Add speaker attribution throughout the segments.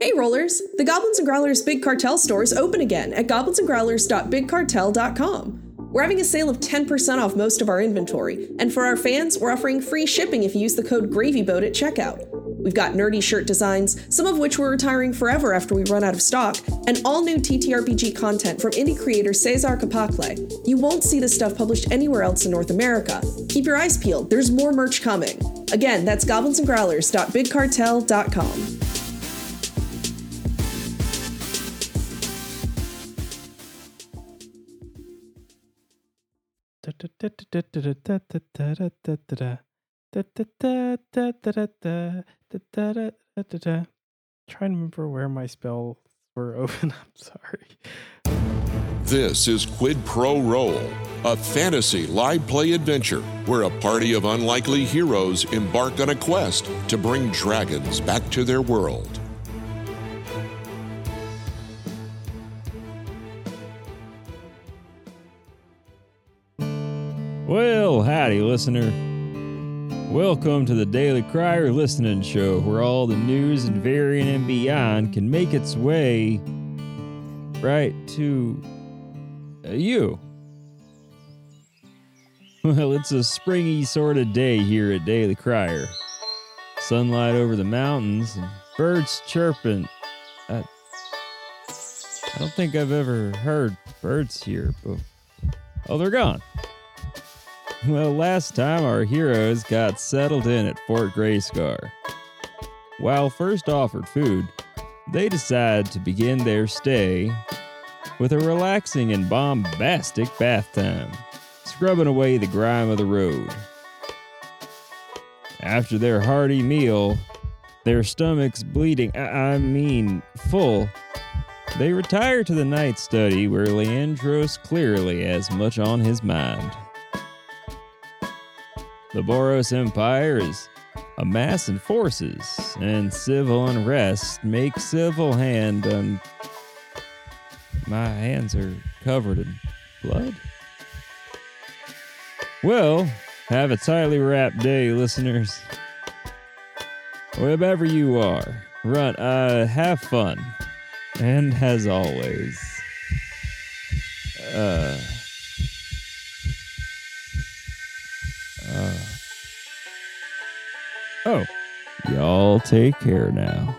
Speaker 1: Hey rollers! The Goblins and Growlers Big Cartel store is open again at goblinsandgrowlers.bigcartel.com. We're having a sale of 10% off most of our inventory, and for our fans, we're offering free shipping if you use the code GRAVYBOAT at checkout. We've got nerdy shirt designs, some of which we're retiring forever after we run out of stock, and all new TTRPG content from indie creator Cesar Capacle. You won't see this stuff published anywhere else in North America. Keep your eyes peeled, there's more merch coming. Again, that's goblinsandgrowlers.bigcartel.com.
Speaker 2: Trying to remember where my spells were open. I'm sorry.
Speaker 3: This is Quid Pro Roll, a fantasy live play adventure where a party of unlikely heroes embark on a quest to bring dragons back to their world.
Speaker 4: Well, howdy, listener. Welcome to the Daily Crier Listening Show, where all the news and variant and beyond can make its way right to uh, you. Well, it's a springy sort of day here at Daily Crier. Sunlight over the mountains and birds chirping. I, I don't think I've ever heard birds here, but oh, they're gone. Well, last time our heroes got settled in at Fort Grayscar. While first offered food, they decide to begin their stay with a relaxing and bombastic bath time, scrubbing away the grime of the road. After their hearty meal, their stomachs bleeding, I, I mean full, they retire to the night study where Leandros clearly has much on his mind. The Boros Empire is amassing forces, and civil unrest makes civil hand un. My hands are covered in blood? Well, have a tightly wrapped day, listeners. Wherever you are, run, uh, have fun. And as always, uh. Uh, oh, y'all take care now.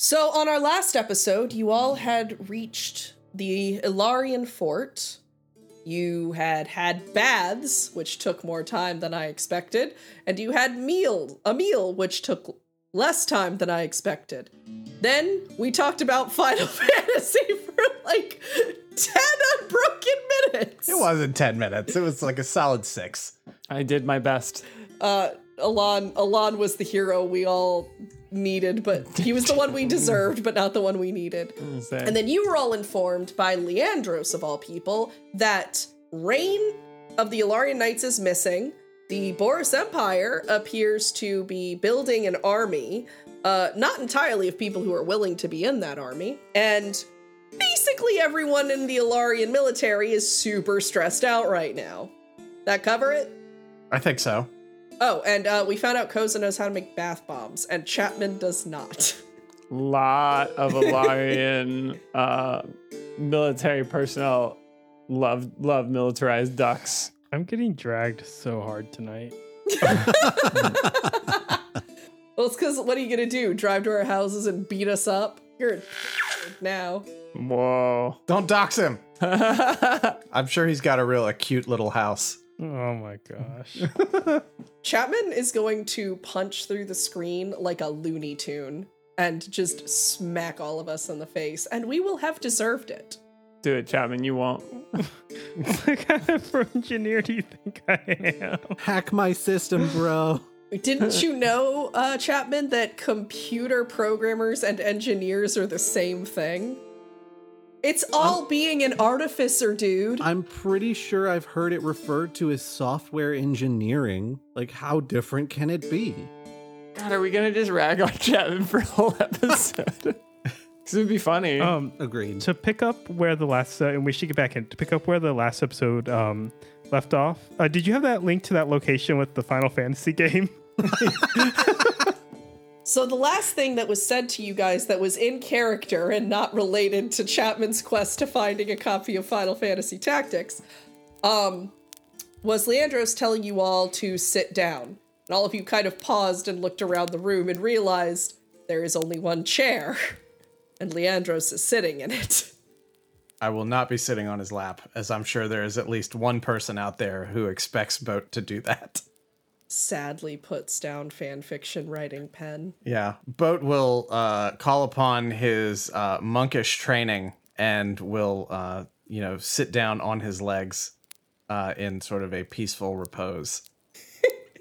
Speaker 1: So, on our last episode, you all had reached the Ilarian fort. You had had baths, which took more time than I expected, and you had meal, a meal which took less time than I expected. Then we talked about Final Fantasy for like 10 unbroken minutes.
Speaker 5: It wasn't 10 minutes. It was like a solid six.
Speaker 6: I did my best.
Speaker 1: uh Alon Alon was the hero we all needed, but he was the one we deserved, but not the one we needed. And then you were all informed by Leandros of all people that Reign of the Ilarian Knights is missing. The Boris Empire appears to be building an army, uh, not entirely of people who are willing to be in that army, and basically everyone in the Ilarian military is super stressed out right now. That cover it?
Speaker 5: I think so.
Speaker 1: Oh, and uh, we found out Koza knows how to make bath bombs, and Chapman does not.
Speaker 6: lot of Alarian uh, military personnel love love militarized ducks.
Speaker 2: I'm getting dragged so hard tonight.
Speaker 1: well, it's because what are you gonna do? Drive to our houses and beat us up? You're a now.
Speaker 6: Whoa.
Speaker 5: Don't dox him.
Speaker 6: That's
Speaker 5: I'm sure he's got a real acute little house.
Speaker 2: Oh my gosh.
Speaker 1: Chapman is going to punch through the screen like a Looney Tune and just smack all of us in the face, and we will have deserved it.
Speaker 6: Do it, Chapman. You won't.
Speaker 2: what kind of engineer do you think I am?
Speaker 7: Hack my system, bro.
Speaker 1: Didn't you know, uh, Chapman, that computer programmers and engineers are the same thing? It's all being an artificer, dude.
Speaker 7: I'm pretty sure I've heard it referred to as software engineering. Like, how different can it be?
Speaker 6: God, are we gonna just rag on Chapman for a whole episode? Because it'd be funny.
Speaker 2: Um,
Speaker 7: Agreed.
Speaker 2: to pick up where the last uh, and we should get back in to pick up where the last episode um left off. Uh, did you have that link to that location with the Final Fantasy game?
Speaker 1: So the last thing that was said to you guys that was in character and not related to Chapman's quest to finding a copy of Final Fantasy Tactics, um, was Leandros telling you all to sit down, and all of you kind of paused and looked around the room and realized there is only one chair, and Leandros is sitting in it.
Speaker 5: I will not be sitting on his lap, as I'm sure there is at least one person out there who expects Boat to do that.
Speaker 1: Sadly, puts down fanfiction writing pen.
Speaker 5: Yeah. Boat will uh, call upon his uh, monkish training and will, uh, you know, sit down on his legs uh, in sort of a peaceful repose.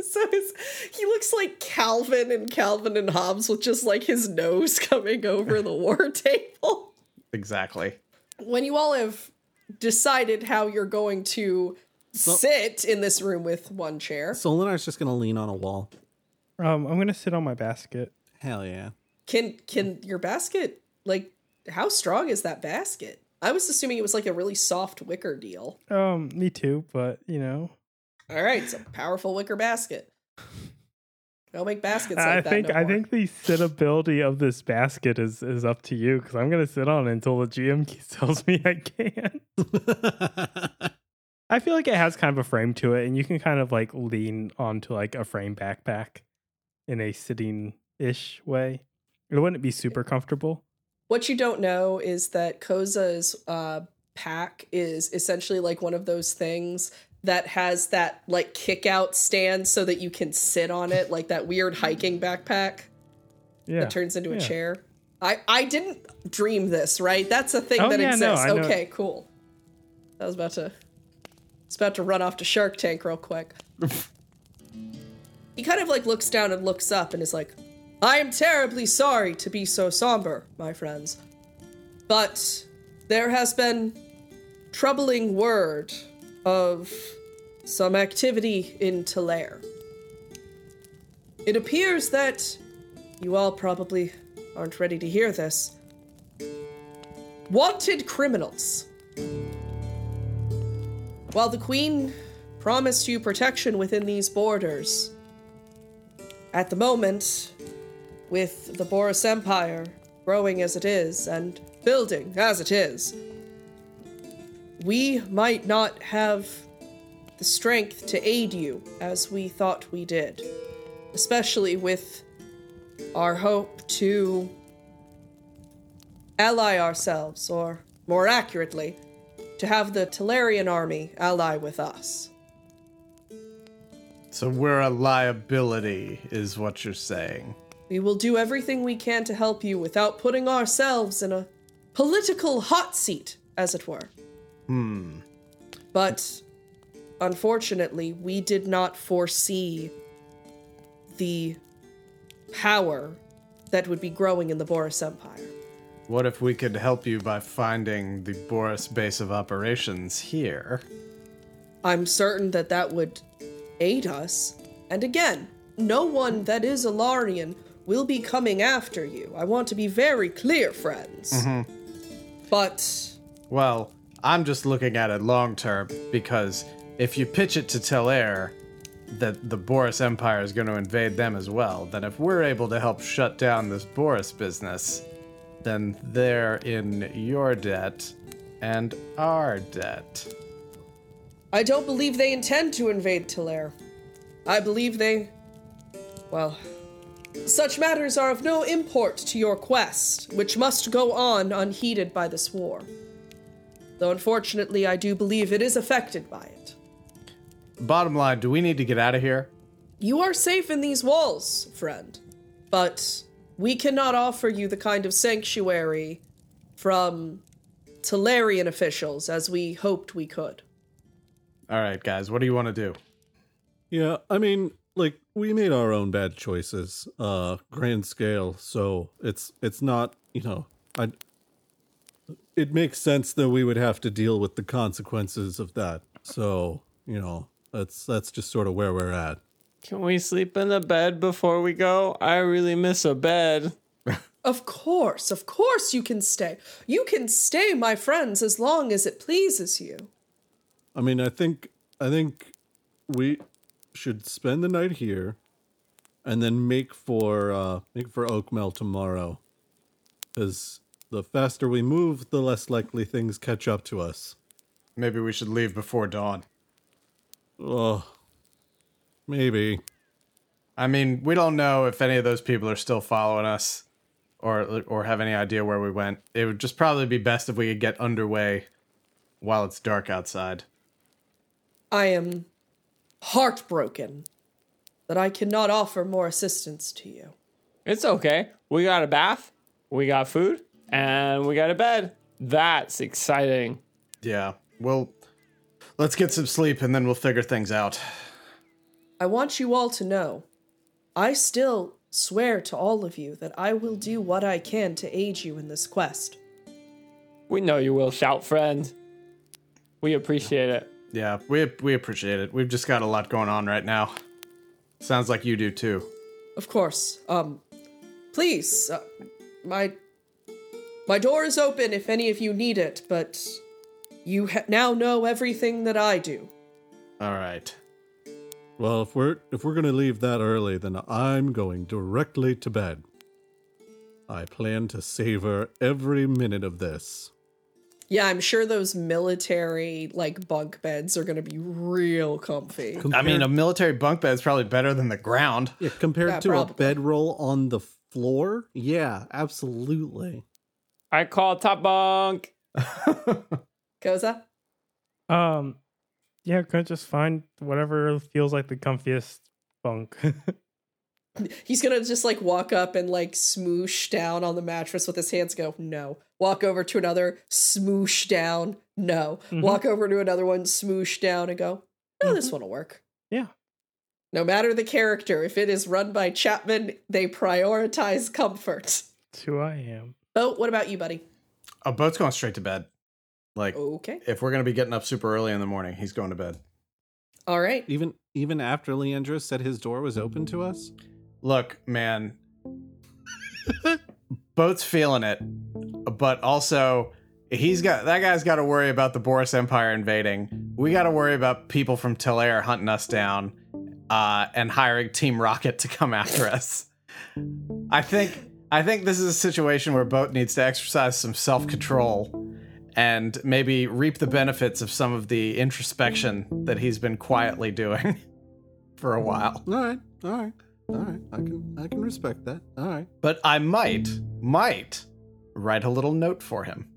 Speaker 1: So his, he looks like Calvin and Calvin and Hobbes with just like his nose coming over the war table.
Speaker 5: Exactly.
Speaker 1: When you all have decided how you're going to sit in this room with one chair,
Speaker 7: Solinar's just gonna lean on a wall.
Speaker 2: Um, I'm gonna sit on my basket.
Speaker 7: Hell yeah.
Speaker 1: can can your basket like how strong is that basket? I was assuming it was like a really soft wicker deal.
Speaker 2: Um, me too, but you know,
Speaker 1: All right, it's a powerful wicker basket. Don't make baskets like
Speaker 2: I
Speaker 1: that.
Speaker 2: think
Speaker 1: no
Speaker 2: I
Speaker 1: more.
Speaker 2: think the sittability of this basket is is up to you because I'm gonna sit on it until the GM tells me I can. I feel like it has kind of a frame to it, and you can kind of like lean onto like a frame backpack in a sitting ish way. It wouldn't be super comfortable.
Speaker 1: What you don't know is that Koza's uh, pack is essentially like one of those things that has that like kick out stand so that you can sit on it, like that weird hiking backpack
Speaker 2: Yeah.
Speaker 1: that turns into a
Speaker 2: yeah.
Speaker 1: chair. I, I didn't dream this, right? That's a thing
Speaker 2: Oh,
Speaker 1: that
Speaker 2: yeah, no,
Speaker 1: exists.
Speaker 2: I know
Speaker 1: okay, cool. I was about to it's about to run off to Shark Tank real quick. he kind of like looks down and looks up and is like, I am terribly sorry to be so somber, my friends. But there has been troubling word of some activity in Talair. It appears that you all probably aren't ready to hear this. Wanted criminals. While the Queen promised you protection within these borders, at the moment, with the Boris Empire growing as it is and building as it is, we might not have the strength to aid you as we thought we did, especially with our hope to ally ourselves, or more accurately, to have the Talarian army ally with us.
Speaker 5: So we're a liability, is what you're saying.
Speaker 1: We will do everything we can to help you without putting ourselves in a political hot seat, as it were. Hmm. But unfortunately, we did not foresee the power that would be growing in the Boris Empire.
Speaker 5: What if we could help you by finding the Boris base of operations here?
Speaker 1: I'm certain that that would aid us. And again, no one that is a Larian will be coming after you. I want to be very clear, friends. But
Speaker 5: Well, I'm just looking at it long term because if you pitch it to Telair that the Boris Empire is going to invade them as well, then if we're able to help shut down this Boris business, then they're in your debt and our debt.
Speaker 1: I don't believe they intend to invade Talair. I believe they. Well. Such matters are of no import to your quest, which must go on unheeded by this war. Though unfortunately, I do believe it is affected by it.
Speaker 5: Bottom line, do we need to get out of here?
Speaker 1: You are safe in these walls, friend, but we cannot offer you the kind of sanctuary from Talarian officials as we hoped we could.
Speaker 5: All right, guys, what do you want to do?
Speaker 7: Yeah, I mean, like we made our own bad choices, uh, grand scale. So it's it's not you know, I. It makes sense that we would have to deal with the consequences of that. So you know, that's that's just sort of where we're at.
Speaker 6: Can we sleep in the bed before we go? I really miss a bed.
Speaker 1: Of course, of course you can stay. You can stay, my friends, as long as it pleases you.
Speaker 7: I mean, I think I think we should spend the night here, and then make for uh, make for Oakmel tomorrow, because the faster we move, the less likely things catch up to us.
Speaker 5: Maybe we should leave before dawn.
Speaker 7: Ugh. Maybe.
Speaker 5: I mean, we don't know if any of those people are still following us or or have any idea where we went. It would just probably be best if we could get underway while it's dark outside.
Speaker 1: I am heartbroken that I cannot offer more assistance to you.
Speaker 6: It's okay. We got a bath, we got food, and we got a bed. That's exciting.
Speaker 5: Yeah. Well, let's get some sleep and then we'll figure things out.
Speaker 1: I want you all to know I still swear to all of you that I will do what I can to aid you in this quest.
Speaker 6: We know you will, shout friend. We appreciate it.
Speaker 5: Yeah, we we appreciate it. We've just got a lot going on right now. Sounds like you do too.
Speaker 1: Of course. Um please uh, my my door is open if any of you need it, but you ha- now know everything that I do.
Speaker 5: All right.
Speaker 7: Well, if we're if we're gonna leave that early, then I'm going directly to bed. I plan to savor every minute of this.
Speaker 1: Yeah, I'm sure those military like bunk beds are going to be real comfy.
Speaker 5: I mean, a military bunk bed is probably better than the ground.
Speaker 7: Yeah, compared
Speaker 1: Yeah,
Speaker 7: to
Speaker 1: probably.
Speaker 7: a bedroll on the floor, yeah, absolutely.
Speaker 6: I call top bunk.
Speaker 1: Koza?
Speaker 2: Um, yeah, could just find whatever feels like the comfiest bunk.
Speaker 1: He's going to just like walk up and like smoosh down on the mattress with his hands go, no. Walk over to another, smoosh down, no. Walk over to another one, smoosh down and go, no, this one will work.
Speaker 2: yeah,
Speaker 1: No matter the character, if it is run by Chapman, they prioritize comfort.
Speaker 2: that's who I am.
Speaker 1: Oh, what about you, buddy?
Speaker 5: A boat's going straight to bed. Like,
Speaker 1: Okay.
Speaker 5: if we're gonna be getting up super early in the morning, he's going to bed.
Speaker 1: All right.
Speaker 7: Even even after Leandro said his door was open to us,
Speaker 5: Look, man. Boat's feeling it, but also he's got that guy's got to worry about the Boris Empire invading. We got to worry about people from Telair hunting us down, uh, and hiring Team Rocket to come after us. I think I think this is a situation where Boat needs to exercise some self control and maybe reap the benefits of some of the introspection that he's been quietly doing for a while.
Speaker 7: all right, all right, all right, I can I can respect that. All right,
Speaker 5: But I might, might write a little note for him.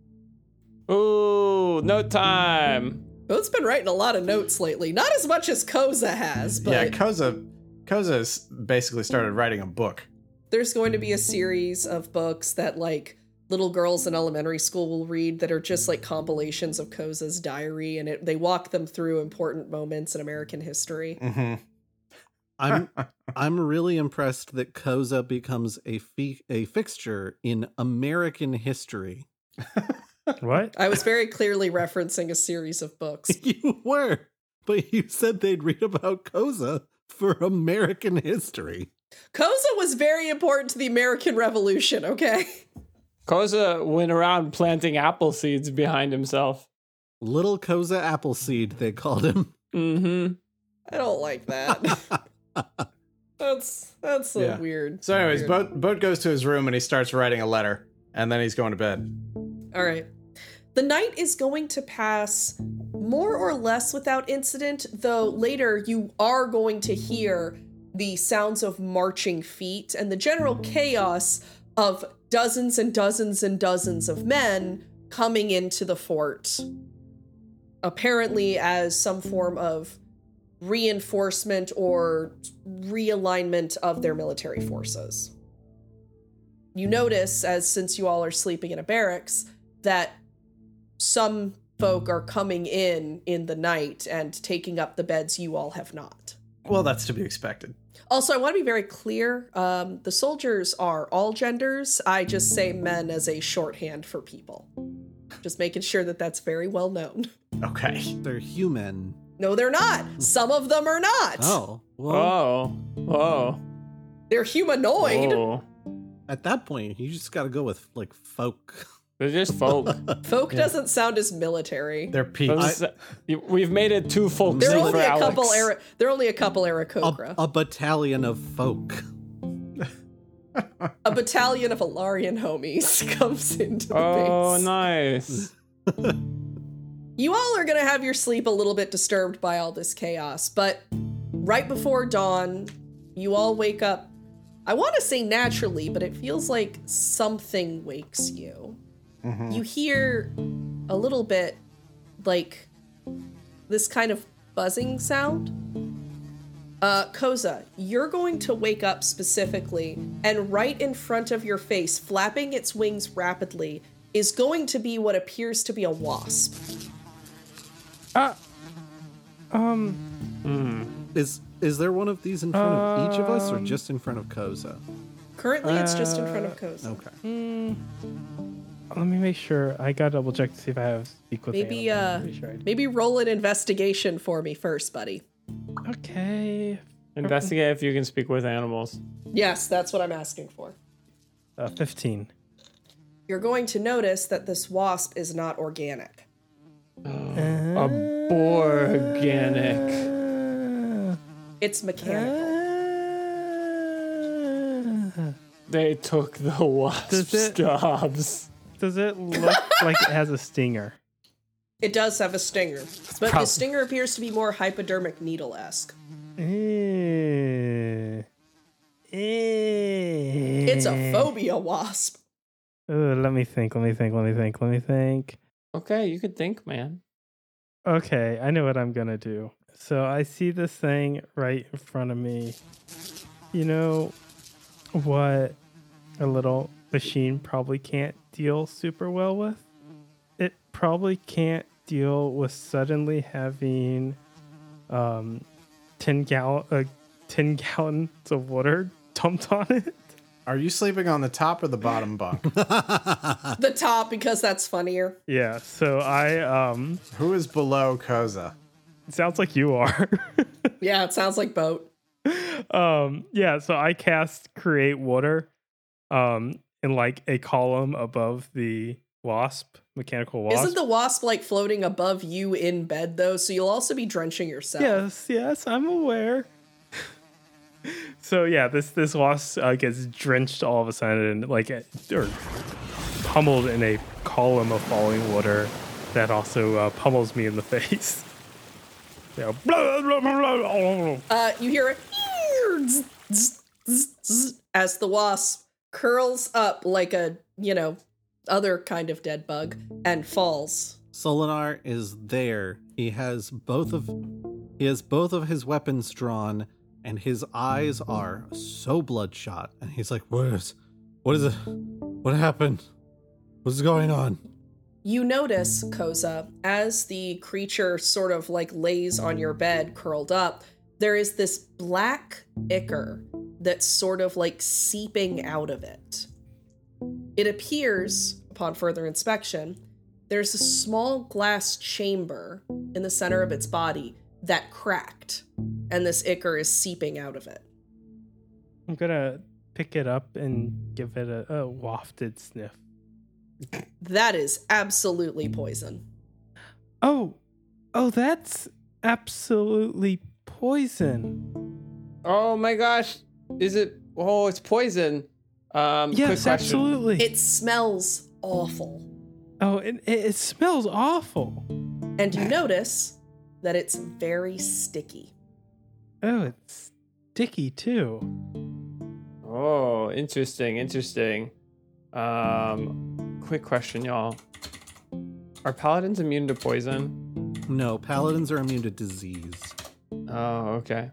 Speaker 6: Ooh, no time.
Speaker 1: Boat's been writing a lot of notes lately. Not as much as Koza has, but.
Speaker 5: yeah, Koza, Koza's basically started writing a book.
Speaker 1: there's going to be a series of books that like little girls in elementary school will read that are just like compilations of Koza's diary and it, they walk them through important moments in American history.
Speaker 5: Mm-hmm.
Speaker 7: I'm I'm really impressed that Koza becomes a fi- a fixture in American history.
Speaker 2: What?
Speaker 1: I was very clearly referencing a series of books.
Speaker 7: you were, but you said they'd read about Koza for American history.
Speaker 1: Koza was very important to the American Revolution, okay?
Speaker 6: Koza went around planting apple seeds behind himself.
Speaker 7: Little Koza Appleseed, they called him.
Speaker 6: Mm-hmm.
Speaker 1: I don't like that. that's that's a
Speaker 5: Yeah.
Speaker 1: weird.
Speaker 5: So, anyways,
Speaker 1: weird-
Speaker 5: Boat, Boat goes to his room and he starts writing a letter, and then he's going to bed.
Speaker 1: All right. The night is going to pass more or less without incident, though later you are going to hear the sounds of marching feet and the general chaos of dozens and dozens and dozens of men coming into the fort. Apparently, as some form of reinforcement or realignment of their military forces you notice as since you all are sleeping in a barracks that some folk are coming in in the night and taking up the beds you all have not
Speaker 5: Well, that's to be expected.
Speaker 1: also i want to be very clear um, the soldiers are all genders i just say men as a shorthand for people just making sure that that's very well known
Speaker 5: Okay.
Speaker 7: They're human.
Speaker 1: no they're not some of them are not
Speaker 7: Oh, well,
Speaker 6: Oh. Oh.
Speaker 1: they're humanoid
Speaker 6: Oh.
Speaker 7: at that point, you just got to go with like folk.
Speaker 6: They're just folk.
Speaker 1: Folk doesn't sound as military.
Speaker 5: They're
Speaker 6: Those-
Speaker 5: peaks.
Speaker 6: we've made it too folk
Speaker 1: They're
Speaker 6: zoo
Speaker 1: only
Speaker 6: for
Speaker 1: a
Speaker 6: Alex.
Speaker 1: couple. Ara- they're only a couple Aarakocra.
Speaker 7: A, a battalion of folk.
Speaker 1: a battalion of Alarian homies comes into the
Speaker 6: Oh,
Speaker 1: base.
Speaker 6: nice.
Speaker 1: You all are gonna have your sleep a little bit disturbed by all this chaos, but right before dawn, you all wake up. I want to say naturally, but it feels like something wakes you. You hear a little bit like this kind of buzzing sound. Uh, Koza, you're going to wake up specifically, and right in front of your face, flapping its wings rapidly, is going to be what appears to be a wasp.
Speaker 7: Is is there one of these in front of each of us, or just in front of Koza?
Speaker 1: Currently, it's just in
Speaker 2: Uh,
Speaker 1: front of Koza.
Speaker 7: Okay.
Speaker 2: Let me make sure. I gotta double check to see if I have speak with
Speaker 1: Maybe,
Speaker 2: animals.
Speaker 1: uh,
Speaker 2: I'm pretty sure I do.
Speaker 1: Maybe roll an investigation for me first, buddy. uh,
Speaker 2: okay.
Speaker 6: Investigate if you can speak with animals.
Speaker 1: Yes, that's what I'm asking for.
Speaker 2: Uh, Fifteen.
Speaker 1: You're going to notice that this wasp is not organic.
Speaker 6: A Borganic.
Speaker 1: It's mechanical.
Speaker 2: Uh.
Speaker 6: They took the
Speaker 2: Does
Speaker 6: wasp's
Speaker 2: it-
Speaker 6: jobs.
Speaker 2: Does it look like it has a stinger?
Speaker 1: It does have a stinger, but the
Speaker 6: Prob-
Speaker 1: stinger appears to be more hypodermic needle esque.
Speaker 2: Eh.
Speaker 1: It's
Speaker 2: It's
Speaker 1: a phobia wasp.
Speaker 2: Eh. Ooh, let me think. Let me think. Let me think. Let me think.
Speaker 6: Okay, you could think, man.
Speaker 2: Okay, I know what I'm gonna do. So I see this thing right in front of me. You know what a little machine probably can't deal super well with? It probably can't deal with suddenly having um 10 gallon uh, 10 gallons of water dumped on it.
Speaker 5: Are you sleeping on the top or the bottom bunk?
Speaker 1: The top, because that's funnier.
Speaker 2: Yeah, so I um
Speaker 5: Who is below Koza?
Speaker 2: sounds like you are.
Speaker 1: Yeah, it sounds like boat.
Speaker 2: um yeah so i cast create water um in like a column above the wasp mechanical wasp
Speaker 1: Isn't the wasp like floating above you in bed though? So you'll also be drenching yourself.
Speaker 2: yes yes i'm aware so yeah this this wasp uh, gets drenched all of a sudden like uh, or pummeled in a column of falling water that also uh, pummels me in the face yeah. blah, blah, blah, blah.
Speaker 1: Uh, you hear it zzz, zzz, zzz, zzz, as the wasp curls up like a, you know, other kind of dead bug and falls.
Speaker 7: Solinar is there. He has both of he has both of his weapons drawn, and his eyes are so bloodshot. And he's like, "What is? What is it? What happened? What's going on?"
Speaker 1: You notice, Koza, as the creature sort of like lays on your bed curled up, there is this black ichor that's sort of like seeping out of it. It appears, upon further inspection, there's a small glass chamber in the center of its body that cracked, and this ichor is seeping out of it.
Speaker 2: i'm gonna pick it up and give it a, a wafted sniff
Speaker 1: That is absolutely poison.
Speaker 2: Oh, oh, that's absolutely poison.
Speaker 6: Oh my gosh. Is it oh it's poison. Um quick
Speaker 2: yes,
Speaker 6: question.
Speaker 2: absolutely.
Speaker 1: It smells awful.
Speaker 2: oh, it, it, it smells awful.
Speaker 1: And you notice that it's very sticky.
Speaker 2: Oh, it's sticky too.
Speaker 6: Oh, interesting, interesting. Um quick question, y'all. Are paladins immune to poison?
Speaker 7: No, paladins are immune to disease.
Speaker 6: Oh, okay.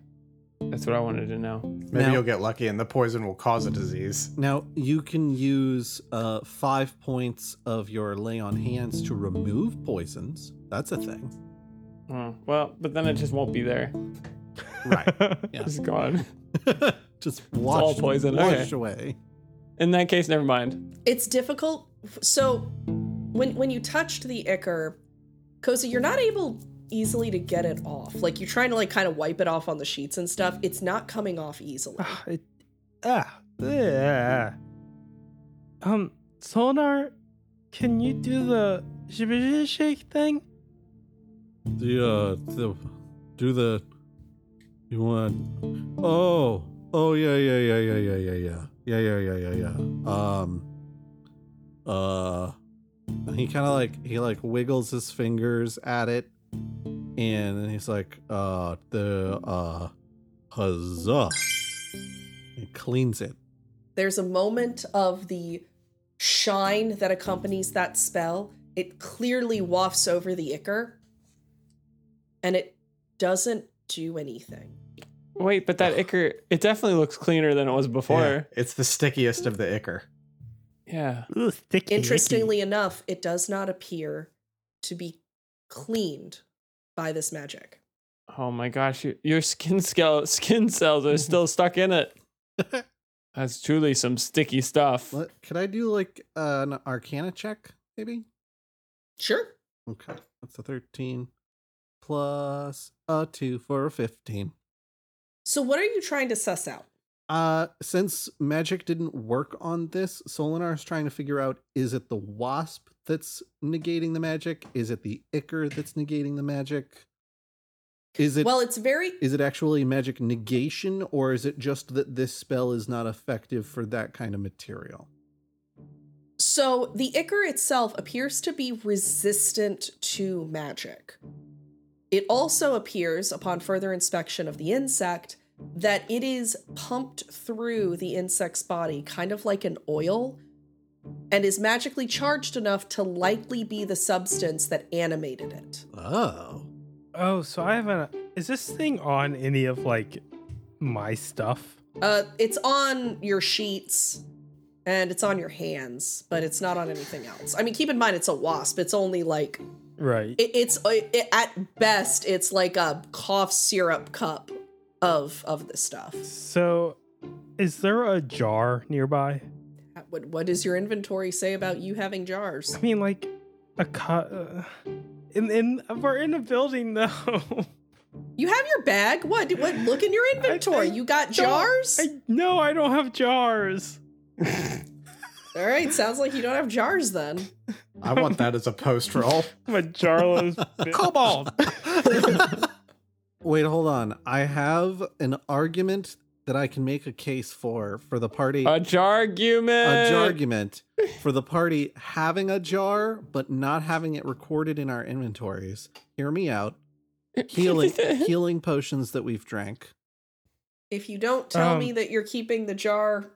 Speaker 6: That's what I wanted to know.
Speaker 5: Maybe
Speaker 7: Now-
Speaker 5: you'll get lucky and the poison will cause a disease.
Speaker 7: Now you can use uh, five points of your lay on hands to remove poisons. That's a thing.
Speaker 6: Hmm, well, but then it just won't be there.
Speaker 7: Right.
Speaker 6: It's gone.
Speaker 7: Just wash,
Speaker 6: poison,
Speaker 7: wash
Speaker 6: okay.
Speaker 7: away.
Speaker 6: In that case, never mind.
Speaker 1: It's difficult. So when when you touched the ichor, Cozy, you're not able easily to get it off. Like you're trying to like kind of wipe it off on the sheets and stuff. It's not coming off easily.
Speaker 2: Ah, it, ah, yeah. Um, Solnar, Can you do the shibiji shake thing?
Speaker 7: The uh, the do the you want? Oh, oh yeah, yeah, yeah, yeah, yeah, yeah, yeah, yeah, yeah, yeah, yeah, yeah. Um, uh, and he kind of like he like wiggles his fingers at it, and then he's like, uh, the uh, huzzah, and cleans it.
Speaker 1: There's a moment of the shine that accompanies that spell. It clearly wafts over the ichor, and it doesn't do anything.
Speaker 6: Wait, but that ichor, it definitely looks cleaner than it was
Speaker 5: Yeah,
Speaker 6: before.
Speaker 5: it's the stickiest of the ichor.
Speaker 6: Yeah.
Speaker 2: Ooh, sticky.
Speaker 1: Interestingly enough, it does not appear to be cleaned by this magic.
Speaker 6: Oh my gosh, your, your skin scale, skin cells are still stuck in it. That's truly some sticky stuff.
Speaker 7: What, could I do like uh, an Arcana check, maybe?
Speaker 1: Sure.
Speaker 7: Okay, that's a thirteen plus a two for a fifteen.
Speaker 1: So, what are you trying to suss out?
Speaker 7: Uh, since magic didn't work on this, Solinar is trying to figure out: is it the wasp that's negating the magic? Is it the ichor that's negating the magic? Is it is
Speaker 1: well, it's very
Speaker 7: it actually magic negation, or is it just that this spell is not effective for that kind of material?
Speaker 1: So the ichor itself appears to be resistant to magic. It also appears, upon further inspection of the insect, that it is pumped through the insect's body, kind of like an oil, and is magically charged enough to likely be the substance that animated it.
Speaker 7: Oh,
Speaker 2: Oh, so I haven't. Is this thing on any of like my stuff?
Speaker 1: Uh, it's on your sheets and it's on your hands, but it's not on anything else. I mean, keep in mind it's a wasp, it's only like
Speaker 2: Right.
Speaker 1: it, it's it, it- at best it's like a cough syrup cup of of this stuff
Speaker 2: So, is there a jar nearby?
Speaker 1: what, what does your inventory say about you having jars
Speaker 2: I mean, like a cut. Uh, in in we're in a building though.
Speaker 1: you have your bag what what look in your inventory
Speaker 2: I
Speaker 1: you got jars
Speaker 2: I, no, I don't have jars.
Speaker 1: all right sounds like you don't have jars then
Speaker 5: I want that as a post roll.
Speaker 2: I'm a jarless cobalt.
Speaker 7: wait, hold on. I have an argument that I can make a case for for the party.
Speaker 6: A jargument.
Speaker 7: a jargument for the party having a jar but not having it recorded in our inventories. Hear me out. Healing healing potions that we've drank.
Speaker 1: if you don't tell
Speaker 2: Um,
Speaker 1: me that you're keeping the jar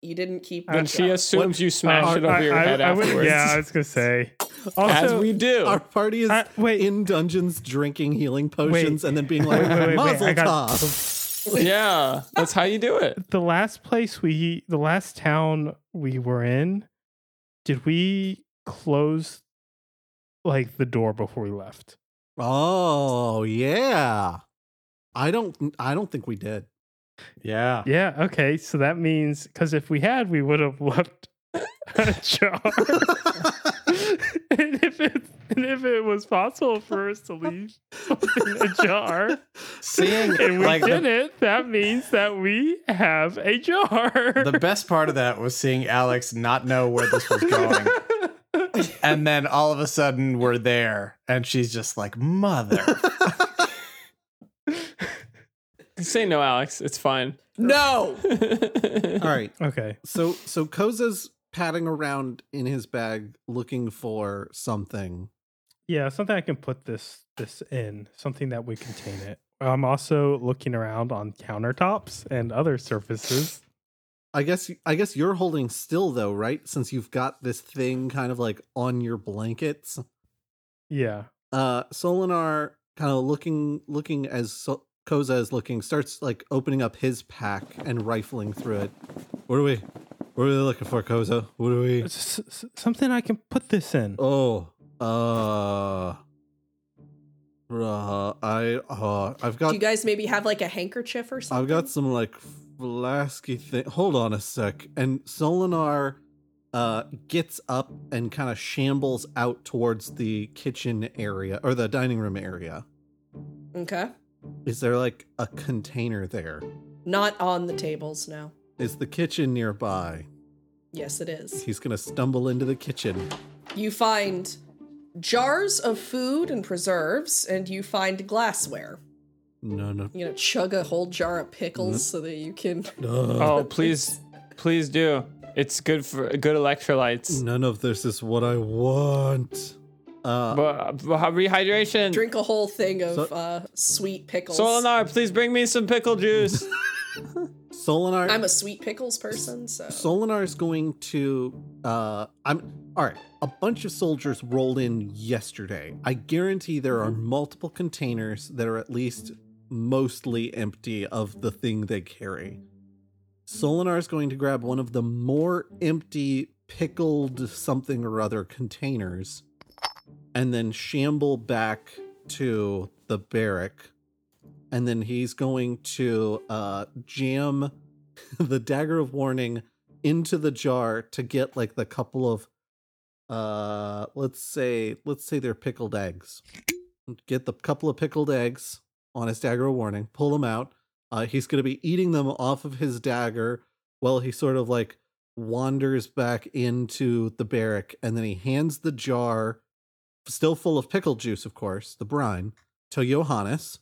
Speaker 1: you didn't keep the
Speaker 6: And she
Speaker 1: jar.
Speaker 6: assumes you smash
Speaker 2: Uh,
Speaker 6: it over your head
Speaker 2: I would-
Speaker 6: afterwards.
Speaker 2: yeah, I was gonna say.
Speaker 6: As
Speaker 2: Also,
Speaker 6: we do.
Speaker 7: Our party is
Speaker 2: Uh, wait.
Speaker 7: in dungeons drinking healing potions and then being like
Speaker 2: Wait, wait, wait, wait,
Speaker 7: Mazel
Speaker 2: I got-
Speaker 7: tov."
Speaker 6: yeah, that's how you do it.
Speaker 2: the last place we, the last town we were in, did we close like the door before we left?
Speaker 7: Oh yeah. I don't I don't think we did.
Speaker 5: Yeah.
Speaker 2: Yeah. Okay. So that means because if we had, we would have left a jar. and if it and if it was possible for us to leave something in a jar,
Speaker 5: Seeing
Speaker 2: and we
Speaker 5: like the,
Speaker 2: didn't, that means that we have a jar.
Speaker 5: the best part of that was seeing Alex not know where this was going. and then all of a sudden we're there and she's just like, "Mother."
Speaker 6: Say no, Alex. It's fine.
Speaker 1: no
Speaker 7: All right.
Speaker 2: okay.
Speaker 7: So so Koza's patting around in his bag looking for something.
Speaker 2: Yeah, something I can put this this in, something that would contain it. I'm also looking around on countertops and other surfaces.
Speaker 7: I guess I guess you're holding still though, right? Since you've got this thing kind of like on your blankets.
Speaker 2: Yeah.
Speaker 7: Uh Solinar kind of looking looking as so- Koza is looking starts like opening up his pack and rifling through it. What are we What are we looking for, Koza? What are we
Speaker 2: S- s- something I can put this in.
Speaker 7: Oh, uh uh, I uh, I've
Speaker 1: do
Speaker 7: got
Speaker 1: you guys maybe have like a handkerchief or something
Speaker 7: I've got some like flasky thing. Hold on a sec. And Solinar uh, gets up and kind of shambles out towards the kitchen area or the dining room area.
Speaker 1: okay
Speaker 7: Is there like a container there?
Speaker 1: not on the tables no
Speaker 7: Is the kitchen nearby?
Speaker 1: Yes, it is.
Speaker 7: He's gonna stumble into the kitchen.
Speaker 1: You find jars of food and preserves, and you find glassware.
Speaker 7: No, no.
Speaker 1: You know, chug a whole jar of pickles
Speaker 7: Mm-hmm.
Speaker 1: so that you can.
Speaker 6: Oh, please, please do. It's good for good electrolytes.
Speaker 7: None of this is what I want. Uh,
Speaker 6: But, but rehydration.
Speaker 1: Drink a whole thing of uh, sweet pickles.
Speaker 6: Solinar, please bring me some pickle juice.
Speaker 7: Solinar.
Speaker 1: I'm a sweet pickles person, so.
Speaker 7: Solinar is going to. Uh, I'm all right. A bunch of soldiers rolled in yesterday. I guarantee there are multiple containers that are at least mostly empty of the thing they carry. Solinar is going to grab one of the more empty pickled something or other containers, and then shamble back to the barrack. And then he's going to uh, jam the dagger of warning into the jar to get like the couple of uh let's say let's say they're pickled eggs get the couple of pickled eggs on his dagger of warning pull them out uh he's going to be eating them off of his dagger while he sort of like wanders back into the barrack and then he hands the jar still full of pickle juice of course the brine to johannes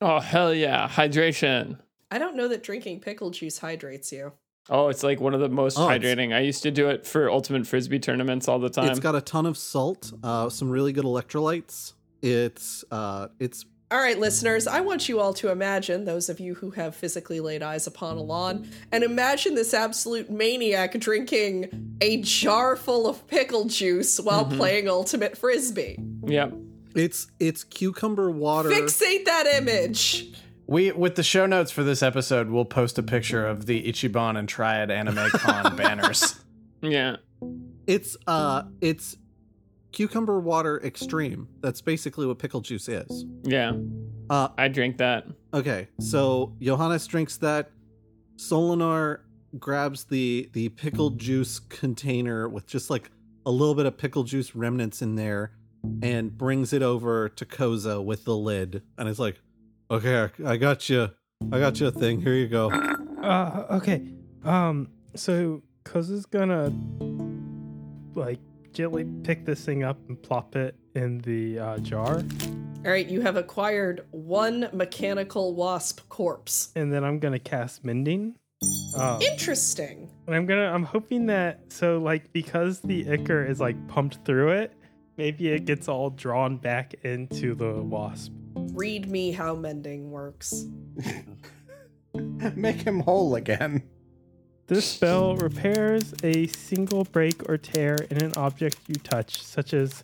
Speaker 6: oh hell yeah, hydration.
Speaker 1: I don't know that drinking pickle juice hydrates you.
Speaker 6: Oh, it's like one of the most
Speaker 7: Oh, it's-
Speaker 6: hydrating. I used to do it for ultimate frisbee tournaments all the time.
Speaker 7: It's got a ton of salt, uh, some really good electrolytes. It's uh, it's
Speaker 1: All right, listeners, I want you all to imagine, those of you who have physically laid eyes upon a lawn, and imagine this absolute maniac drinking a jar full of pickle juice while playing Ultimate Frisbee.
Speaker 6: yep.
Speaker 7: it's it's cucumber water.
Speaker 1: Fixate that image.
Speaker 5: We with the show notes for this episode, we'll post a picture of the Ichiban and Triad Anime Con banners.
Speaker 6: Yeah.
Speaker 7: It's uh, it's cucumber water extreme. That's basically what pickle juice is.
Speaker 6: Yeah.
Speaker 7: Uh,
Speaker 6: I drink that.
Speaker 7: okay, so Johannes drinks that. Solinar grabs the the pickle juice container with just like a little bit of pickle juice remnants in there, and brings it over to Koza with the lid, and it's like, okay, I I got you, I got you a thing. Here you go.
Speaker 2: Uh, okay. Um, so Koza's gonna like gently pick this thing up and plop it in the uh, jar,
Speaker 1: All right, you have acquired one mechanical wasp corpse.
Speaker 2: and then I'm gonna cast mending. Um,
Speaker 1: Interesting.
Speaker 2: and I'm gonna. I'm hoping that so like because the ichor is like pumped through it, maybe it gets all drawn back into the wasp.
Speaker 1: Read me how mending works.
Speaker 5: Make him whole again.
Speaker 2: This spell repairs a single break or tear in an object you touch, such as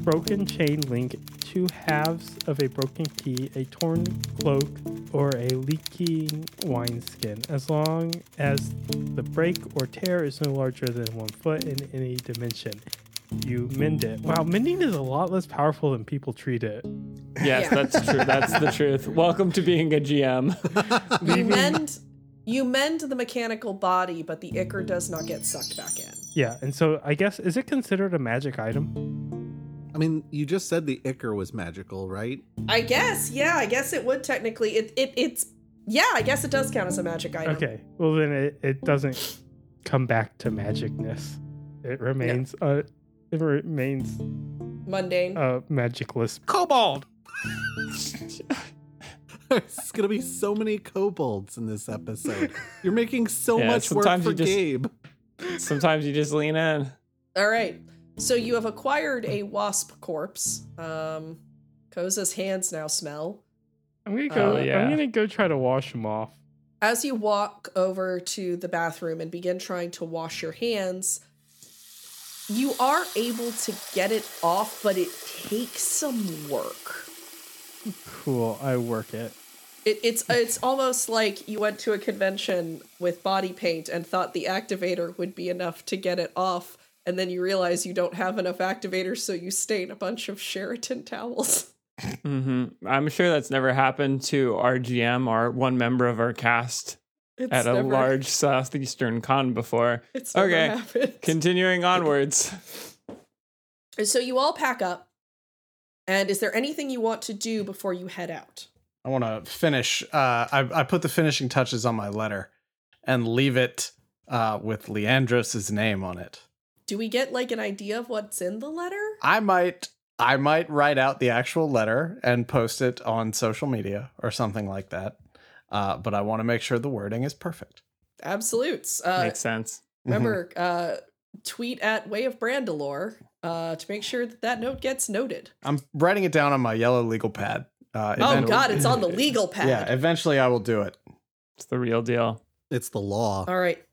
Speaker 2: broken chain link, two halves of a broken key, a torn cloak, or a leaking wineskin, as long as the break or tear is no larger than one foot in any dimension. You mend it. Wow, mending is a lot less powerful than people treat it.
Speaker 6: Yes,
Speaker 1: Yeah.
Speaker 6: that's true. That's the truth. Welcome to being a GM.
Speaker 1: You mend you mend the mechanical body, but the ichor does not get sucked back in.
Speaker 2: Yeah, and so I guess is it considered a magic item?
Speaker 7: I mean, you just said the ichor was magical, right?
Speaker 1: I guess, yeah, I guess it would technically. It, it it's yeah, I guess it does count as a magic item.
Speaker 2: Okay, well then it, it doesn't come back to magicness. It remains uh it remains
Speaker 1: Mundane.
Speaker 2: uh magicless.
Speaker 7: There's gonna be so many kobolds in this episode. You're making so
Speaker 6: Yeah,
Speaker 7: much work
Speaker 6: sometimes
Speaker 7: for
Speaker 6: you just-
Speaker 7: Gabe.
Speaker 6: Sometimes you just lean in.
Speaker 1: All right. So you have acquired a wasp corpse. Um Koza's hands now smell.
Speaker 2: I'm gonna go
Speaker 6: Oh, yeah.
Speaker 2: I'm gonna go try to wash them off.
Speaker 1: As you walk over to the bathroom and begin trying to wash your hands, you are able to get it off, but it takes some work.
Speaker 2: Cool, I work it.
Speaker 1: It, it's it's almost like you went to a convention with body paint and thought the activator would be enough to get it off, and then you realize you don't have enough activators, so you stain a bunch of Sheraton towels.
Speaker 6: hmm I'm sure that's never happened to our GM or one member of our cast
Speaker 1: It's
Speaker 6: at a
Speaker 1: never-
Speaker 6: large southeastern con before.
Speaker 1: It's never
Speaker 6: okay.
Speaker 1: happened.
Speaker 6: Continuing onwards.
Speaker 1: so you all pack up, and is there anything you want to do before you head out?
Speaker 5: I want to finish. Uh, I, I put the finishing touches on my letter and leave it uh, with Leandros' name on it.
Speaker 1: Do we get like an idea of what's in the letter?
Speaker 5: I might I might write out the actual letter and post it on social media or something like that. Uh, but I want to make sure the wording is perfect.
Speaker 1: Absolutes. Uh,
Speaker 6: Makes sense.
Speaker 1: remember, uh, tweet at Way of Brandalore uh, to make sure that that note gets noted.
Speaker 5: I'm writing it down on my yellow legal pad. Uh,
Speaker 1: Oh
Speaker 5: eventually-
Speaker 1: God, it's on the legal pad.
Speaker 5: Yeah, eventually I will do it.
Speaker 6: It's the real deal.
Speaker 7: It's the law.
Speaker 1: All right.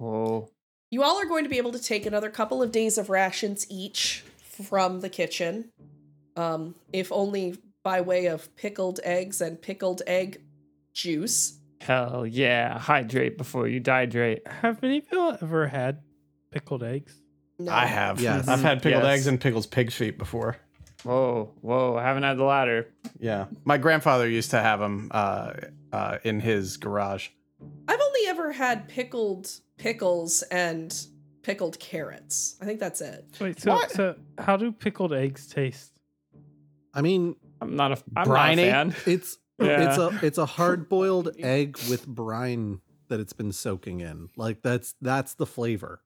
Speaker 6: Oh,
Speaker 1: You all are going to be able to take another couple of days of rations each from the kitchen. Um, if only by way of pickled eggs and pickled egg juice.
Speaker 6: hell yeah. Hydrate before you dehydrate.
Speaker 2: Have any of y'all ever had pickled eggs?
Speaker 1: No.
Speaker 5: I have.
Speaker 7: Yes.
Speaker 5: I've had pickled
Speaker 6: Yes.
Speaker 5: eggs and pickled pig feet before.
Speaker 6: Whoa, whoa. I haven't had the latter.
Speaker 5: Yeah. My grandfather used to have them uh, uh, in his garage.
Speaker 1: I've only ever had pickled pickles and pickled carrots. I think that's it.
Speaker 2: Wait, so
Speaker 5: What?
Speaker 2: so how do pickled eggs taste?
Speaker 7: I mean,
Speaker 6: I'm not a, I'm
Speaker 5: Briny?
Speaker 6: not a fan.
Speaker 7: it's
Speaker 6: Yeah.
Speaker 7: it's a it's a hard boiled egg with brine that it's been soaking in. Like that's that's the flavor.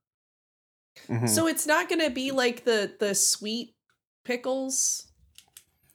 Speaker 5: Mhm.
Speaker 1: So it's not going to be like the the sweet pickles.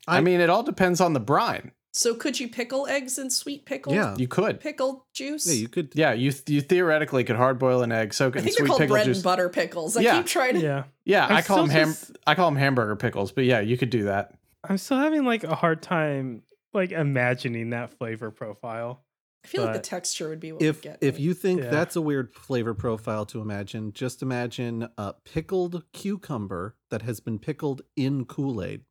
Speaker 5: I, mean, it all depends on the brine.
Speaker 1: So could you pickle eggs in sweet pickled
Speaker 7: Yeah.
Speaker 5: You could.
Speaker 1: pickled juice?
Speaker 7: Yeah, you could.
Speaker 5: Yeah, you you theoretically could hard boil an egg, soak
Speaker 1: I
Speaker 5: it in
Speaker 1: think they're
Speaker 5: sweet
Speaker 1: called
Speaker 5: pickle
Speaker 1: bread
Speaker 5: juice.
Speaker 1: and butter pickles. I
Speaker 5: Yeah.
Speaker 1: keep trying to
Speaker 2: Yeah.
Speaker 5: Yeah,
Speaker 2: I
Speaker 5: I call them
Speaker 2: still
Speaker 5: ham.
Speaker 2: just-
Speaker 5: I call them hamburger pickles, but yeah, you could do that.
Speaker 2: I'm still having like a hard time like imagining that flavor profile.
Speaker 1: I feel like
Speaker 2: but
Speaker 1: the texture would be what
Speaker 7: If
Speaker 1: we get.
Speaker 7: if you think
Speaker 2: Yeah.
Speaker 7: that's a weird flavor profile to imagine, just imagine a pickled cucumber that has been pickled in Kool Aid.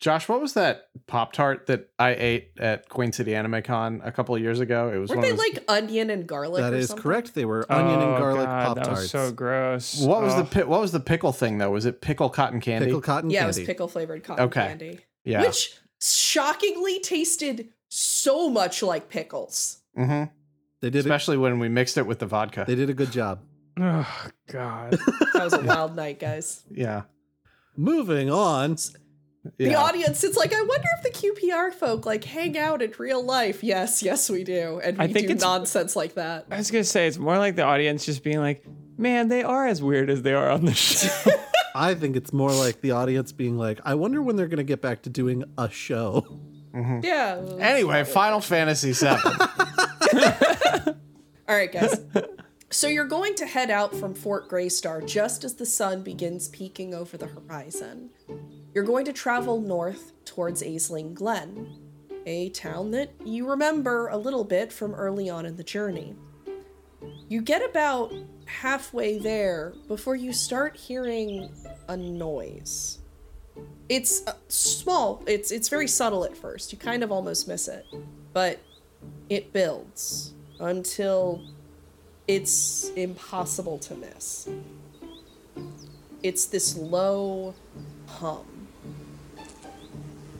Speaker 5: Josh, what was that Pop Tart that I ate at Queen City Anime Con a couple of years ago? It was
Speaker 1: weren't
Speaker 5: one
Speaker 1: they
Speaker 5: of those,
Speaker 1: like onion and garlic?
Speaker 7: That
Speaker 1: or
Speaker 7: is
Speaker 1: something?
Speaker 7: correct. They were onion and
Speaker 6: Oh,
Speaker 7: garlic
Speaker 6: God,
Speaker 7: pop
Speaker 6: That was
Speaker 7: tarts.
Speaker 6: so gross.
Speaker 5: what was
Speaker 6: Oh.
Speaker 5: the pi- what was the pickle thing though? Was it pickle cotton candy?
Speaker 7: Pickle cotton
Speaker 1: Yeah, it was
Speaker 7: candy.
Speaker 1: pickle flavored cotton
Speaker 5: Okay.
Speaker 1: candy,
Speaker 5: yeah.
Speaker 1: which shockingly tasted so much like pickles.
Speaker 5: hmm
Speaker 7: they did. A,
Speaker 5: Especially when we mixed it with the vodka.
Speaker 7: they did a good job.
Speaker 2: Oh god.
Speaker 1: That was a wild night, guys.
Speaker 5: yeah.
Speaker 7: Moving on.
Speaker 5: yeah.
Speaker 1: The audience it's like, I wonder if the QPR folk like hang out in real life. Yes, yes, we do, and we
Speaker 6: I think
Speaker 1: do
Speaker 6: it's-
Speaker 1: nonsense like that.
Speaker 6: I was gonna say it's more like the audience just being like, "Man, they are as weird as they are on the show."
Speaker 7: I think it's more like the audience being like, I wonder when they're going to get back to doing a show.
Speaker 5: Hmm.
Speaker 1: Yeah. well,
Speaker 5: Anyway, Final Fantasy VII.
Speaker 1: All right, guys. so you're going to head out from Fort Greystar just as the sun begins peeking over the horizon. You're going to travel north towards Aisling Glen, a town that you remember a little bit from early on in the journey. You get about halfway there before you start hearing a noise. It's uh, small. It's it's very subtle at first. You kind of almost miss it. But it builds until it's impossible to miss. It's this low hum.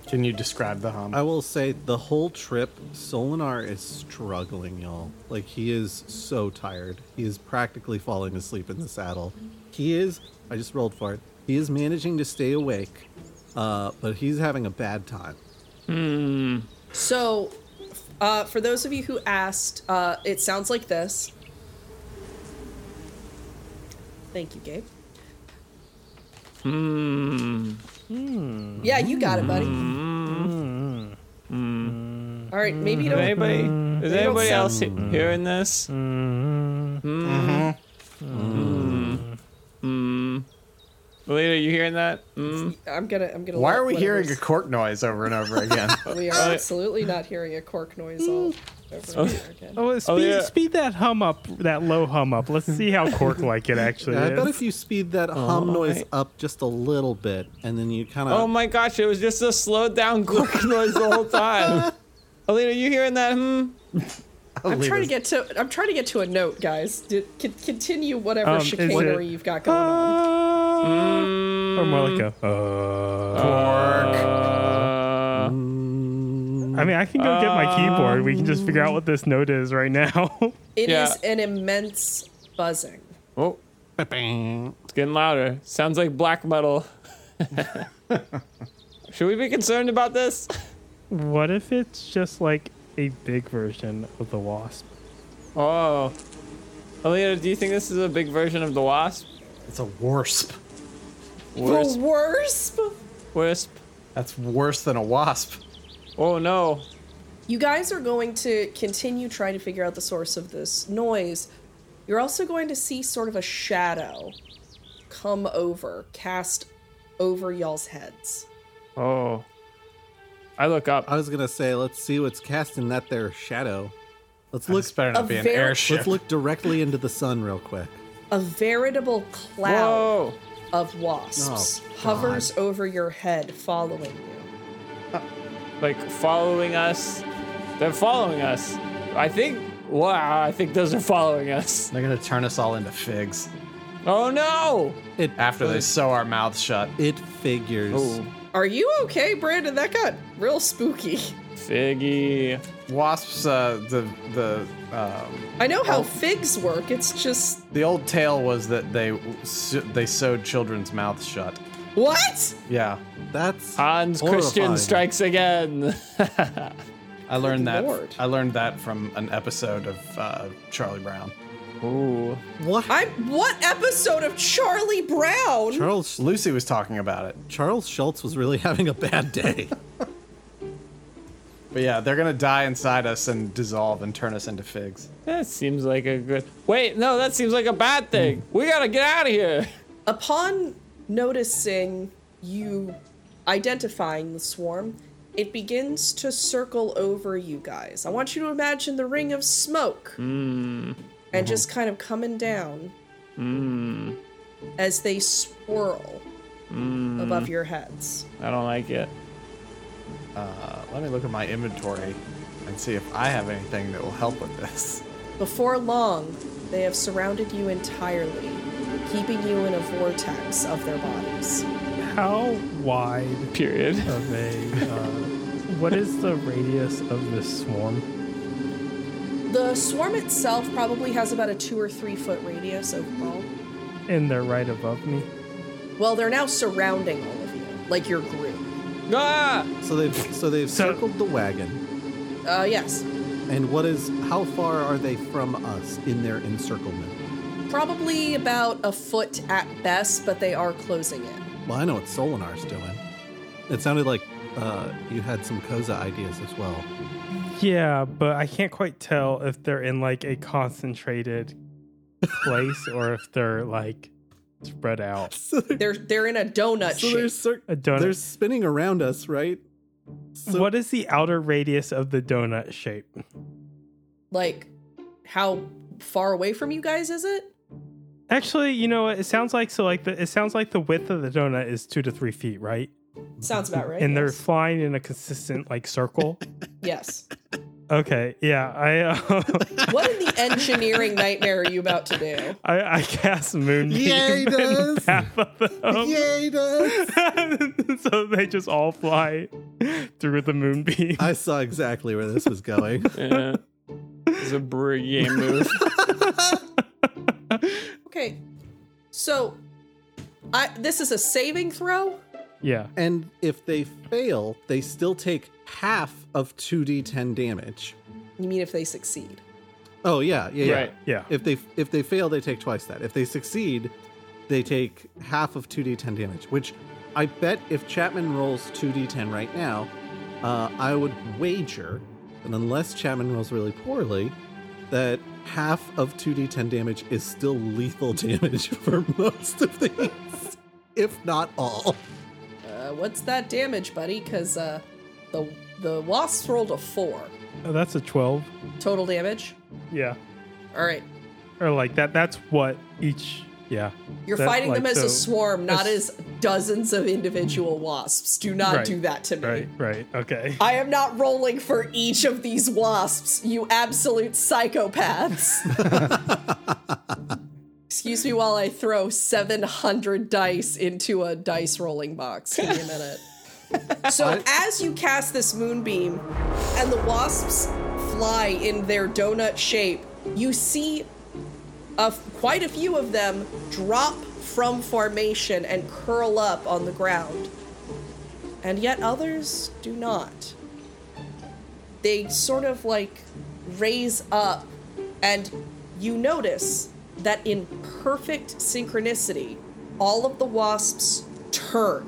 Speaker 5: Can you describe the hum?
Speaker 7: I will say the whole trip, Solinar is struggling, y'all. Like, he is so tired. He is practically falling asleep in the saddle. He is, I just rolled for it. He is managing to stay awake, uh, but he's having a bad time.
Speaker 1: So, uh, for those of you who asked, uh, it sounds like this. Thank you, Gabe. Hmm. Yeah, you got it, buddy.
Speaker 5: Hmm.
Speaker 1: All right, maybe you
Speaker 6: Is
Speaker 1: don't
Speaker 6: anybody, is
Speaker 1: don't
Speaker 6: anybody
Speaker 1: sound-
Speaker 6: else he- hearing this? Mm. Mm. Mm. Lena, you hearing that? Mm.
Speaker 1: I'm gonna. I'm gonna.
Speaker 5: Why
Speaker 1: let
Speaker 5: are we hearing a
Speaker 1: whatever's-
Speaker 5: cork noise over and over again?
Speaker 1: We are absolutely not hearing a cork noise all over and over again.
Speaker 2: Oh, speed,
Speaker 6: yeah.
Speaker 2: speed that hum up, that low hum up. Let's see how cork like it actually
Speaker 7: I
Speaker 2: is.
Speaker 7: bet if you speed that hum noise
Speaker 6: I-
Speaker 7: up just a little bit, and then you kind of.
Speaker 6: Oh my gosh, it was just a slowed down cork noise the whole time. Alina, you hearing that? Hmm.
Speaker 1: I'm trying to get to. I'm trying to get to a note, guys. D- con- continue whatever
Speaker 2: Um, is
Speaker 1: chicanery
Speaker 2: it-
Speaker 1: you've got going on.
Speaker 2: Uh, or more like a.
Speaker 6: Uh,
Speaker 2: I mean, I can go get
Speaker 6: Um,
Speaker 2: my keyboard. We can just figure out what this note is right now.
Speaker 1: It is
Speaker 6: yeah.
Speaker 1: an immense buzzing.
Speaker 6: oh, it's getting louder. Sounds like black metal. Should we be concerned about this?
Speaker 2: what if it's just like a big version of the wasp?
Speaker 6: Oh, Alita, do you think this is a big version of the wasp?
Speaker 5: It's a wasp.
Speaker 1: The
Speaker 6: Wisp.
Speaker 1: worst.
Speaker 6: Wisp.
Speaker 5: That's worse than a wasp.
Speaker 6: Oh no.
Speaker 1: You guys are going to continue trying to figure out the source of this noise. You're also going to see sort of a shadow come over, cast over y'all's heads.
Speaker 6: Oh. I look up.
Speaker 7: I was gonna say, let's see what's casting that there shadow. Let's look.
Speaker 5: Looks better
Speaker 1: a
Speaker 5: not be an
Speaker 1: very-
Speaker 5: airship.
Speaker 7: Let's look directly into the sun real quick.
Speaker 1: A veritable cloud
Speaker 6: Whoa.
Speaker 1: of wasps
Speaker 7: Oh,
Speaker 1: hovers over your head, following you.
Speaker 6: Like following us. They're following us. I think. Wow. I think those are following us.
Speaker 5: They're gonna turn us all into figs
Speaker 6: Oh no.
Speaker 7: It
Speaker 5: after they sew our mouths shut.
Speaker 7: It figures.
Speaker 6: Oh.
Speaker 1: Are you okay, Brandon? That got real spooky.
Speaker 6: Figgy.
Speaker 5: Wasps, uh, the the um,
Speaker 1: I know how figs work. It's just
Speaker 5: the old tale was that they se- they sewed children's mouths shut.
Speaker 1: what?
Speaker 5: Yeah,
Speaker 7: That's
Speaker 6: Hans Christian
Speaker 7: horrifying.
Speaker 6: strikes again.
Speaker 5: I learned that.
Speaker 1: Lord.
Speaker 5: I learned that from an episode of uh, Charlie Brown.
Speaker 6: Ooh.
Speaker 7: What?
Speaker 1: I'm what episode of Charlie Brown?
Speaker 7: Charles
Speaker 5: Lucy was talking about it.
Speaker 7: Charles Schultz was really having a bad day.
Speaker 5: But yeah, they're gonna die inside us and dissolve and turn us into figs.
Speaker 6: That seems like a good. Wait, no, that seems like a bad thing. We gotta get out of here.
Speaker 1: Upon noticing you identifying the swarm, it begins to circle over you guys. I want you to imagine the ring of smoke and just kind of coming down as they swirl above your heads.
Speaker 6: I don't like it.
Speaker 5: Uh, let me look at my inventory and see if I have anything that will help with this.
Speaker 1: Before long, they have surrounded you entirely, keeping you in a vortex of their bodies.
Speaker 2: How wide
Speaker 6: Period.
Speaker 2: of a. Uh, what is the radius of this swarm?
Speaker 1: The swarm itself probably has about a two or three foot radius overall.
Speaker 2: And they're right above me.
Speaker 1: Well, they're now surrounding all of you, like your group.
Speaker 6: Ah!
Speaker 7: so they've so they've
Speaker 2: So-
Speaker 7: circled the wagon.
Speaker 1: Uh, yes.
Speaker 7: And what is? How far are they from us in their encirclement?
Speaker 1: Probably about a foot at best, but they are closing it.
Speaker 7: Well, I know what Solinar's doing. It sounded like uh, you had some Koza ideas as well.
Speaker 2: Yeah, but I can't quite tell if they're in like a concentrated place or if they're like spread out.
Speaker 7: So they're,
Speaker 1: They're they're in a donut
Speaker 7: so they're,
Speaker 1: shape.
Speaker 7: cir-
Speaker 2: A donut.
Speaker 7: they're spinning around us, right? So
Speaker 2: what is the outer radius of the donut shape?
Speaker 1: Like, how far away from you guys is it?
Speaker 2: Actually, you know what? It sounds like so. Like the it sounds like the width of the donut is two to three feet, right?
Speaker 1: Sounds about right.
Speaker 2: and they're
Speaker 1: yes.
Speaker 2: flying in a consistent like circle.
Speaker 1: yes.
Speaker 2: okay, yeah. I uh,
Speaker 1: What in the engineering nightmare are you about to do?
Speaker 2: I, I cast moonbeam
Speaker 7: Yay,
Speaker 2: in the
Speaker 7: does.
Speaker 2: path of them.
Speaker 7: Yay, dude!
Speaker 2: so they just all fly through the moonbeam.
Speaker 7: I saw exactly where this was going.
Speaker 6: Yeah. It's a brigade move.
Speaker 1: Okay. So, I this is a saving throw.
Speaker 2: yeah.
Speaker 7: and if they fail, they still take half of 2d10 damage.
Speaker 1: You mean if they succeed?
Speaker 7: Oh yeah, yeah, yeah.
Speaker 6: Right.
Speaker 2: Yeah.
Speaker 7: If they if they fail, they take twice that. If they succeed, they take half of 2d10 damage. Which I bet if Chapman rolls 2d10 right now, uh, I would wager, and unless Chapman rolls really poorly, that half of 2d10 damage is still lethal damage for most of these, if not all.
Speaker 1: Uh, what's that damage, buddy? Because uh, the the wasps rolled a four
Speaker 2: Oh, that's a 12.
Speaker 1: total damage.
Speaker 2: Yeah.
Speaker 1: All right,
Speaker 2: Or like that that's what each yeah.
Speaker 1: you're
Speaker 2: That,
Speaker 1: fighting
Speaker 2: like,
Speaker 1: them as
Speaker 2: so-
Speaker 1: a swarm, not
Speaker 2: as-
Speaker 1: as dozens of individual wasps. Do not
Speaker 2: Right,
Speaker 1: do that to me.
Speaker 2: Right, right. Okay.
Speaker 1: I am not rolling for each of these wasps, you absolute psychopaths. Excuse me while I throw 700 dice into a dice rolling box. Give me a minute. So, as you cast this moonbeam and the wasps fly in their donut shape, you see a f- quite a few of them drop from formation and curl up on the ground and yet others do not. They sort of like raise up, and you notice that in perfect synchronicity, all of the wasps turn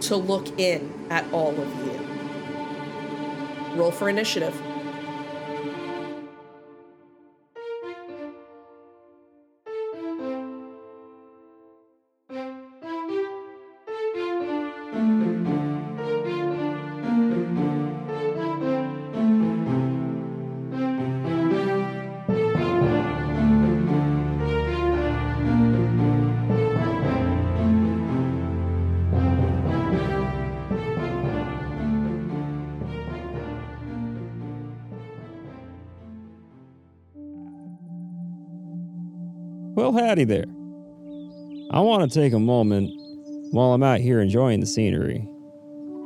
Speaker 1: to look in at all of you. Roll for initiative.
Speaker 4: Well, howdy there. I want to take a moment while I'm out here enjoying the scenery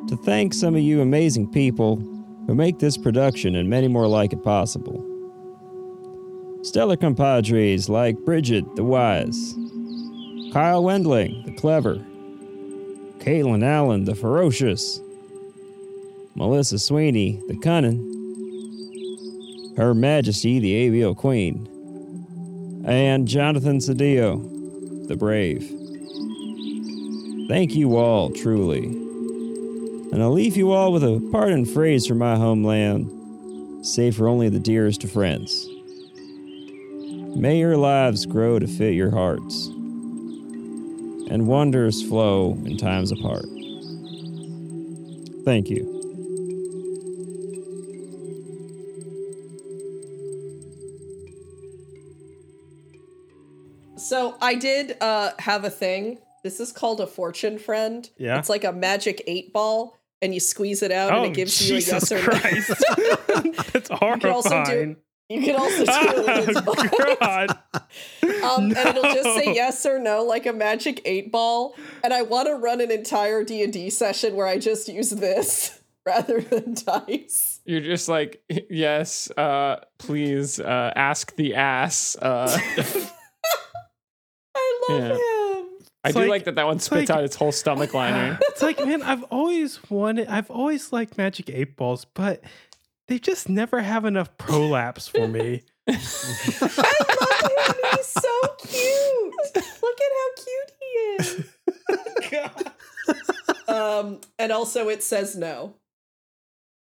Speaker 4: to thank some of you amazing people who make this production and many more like it possible. Stellar compadres like Bridget the Wise, Kyle Wendling the Clever, Caitlin Allen the Ferocious, Melissa Sweeney the Cunning, Her Majesty the ABO Queen and Jonathan Cedillo, the brave. Thank you all, truly. And I'll leave you all with a pardon phrase from my homeland, save for only the dearest of friends. May your lives grow to fit your hearts, and wonders flow in times apart. Thank you.
Speaker 1: So I did uh, have a thing. This is called a fortune friend.
Speaker 2: Yeah. Oh,
Speaker 1: It's like a magic eight ball, and you squeeze it out, and it gives you a yes or no.
Speaker 2: Christ. That's horrifying.
Speaker 1: can also do- You can also do it with a ball.
Speaker 2: oh, God.
Speaker 1: um, and it'll just say
Speaker 2: No.
Speaker 1: yes or no, like a magic eight ball. And I want to run an entire D and D session where I just use this rather than dice.
Speaker 6: You're just like, yes, uh, please uh, ask the ass.
Speaker 1: I
Speaker 6: Uh,
Speaker 1: love him.
Speaker 6: I
Speaker 2: It's
Speaker 6: do
Speaker 2: like-
Speaker 6: like that that one spits
Speaker 2: like-
Speaker 6: out its whole stomach liner.
Speaker 2: It's like, man, I've always wanted, I've always liked Magic 8 Balls, but they just never have enough prolapse for me.
Speaker 1: I love him. He's so cute. Look at how cute he is. um, and also it says no.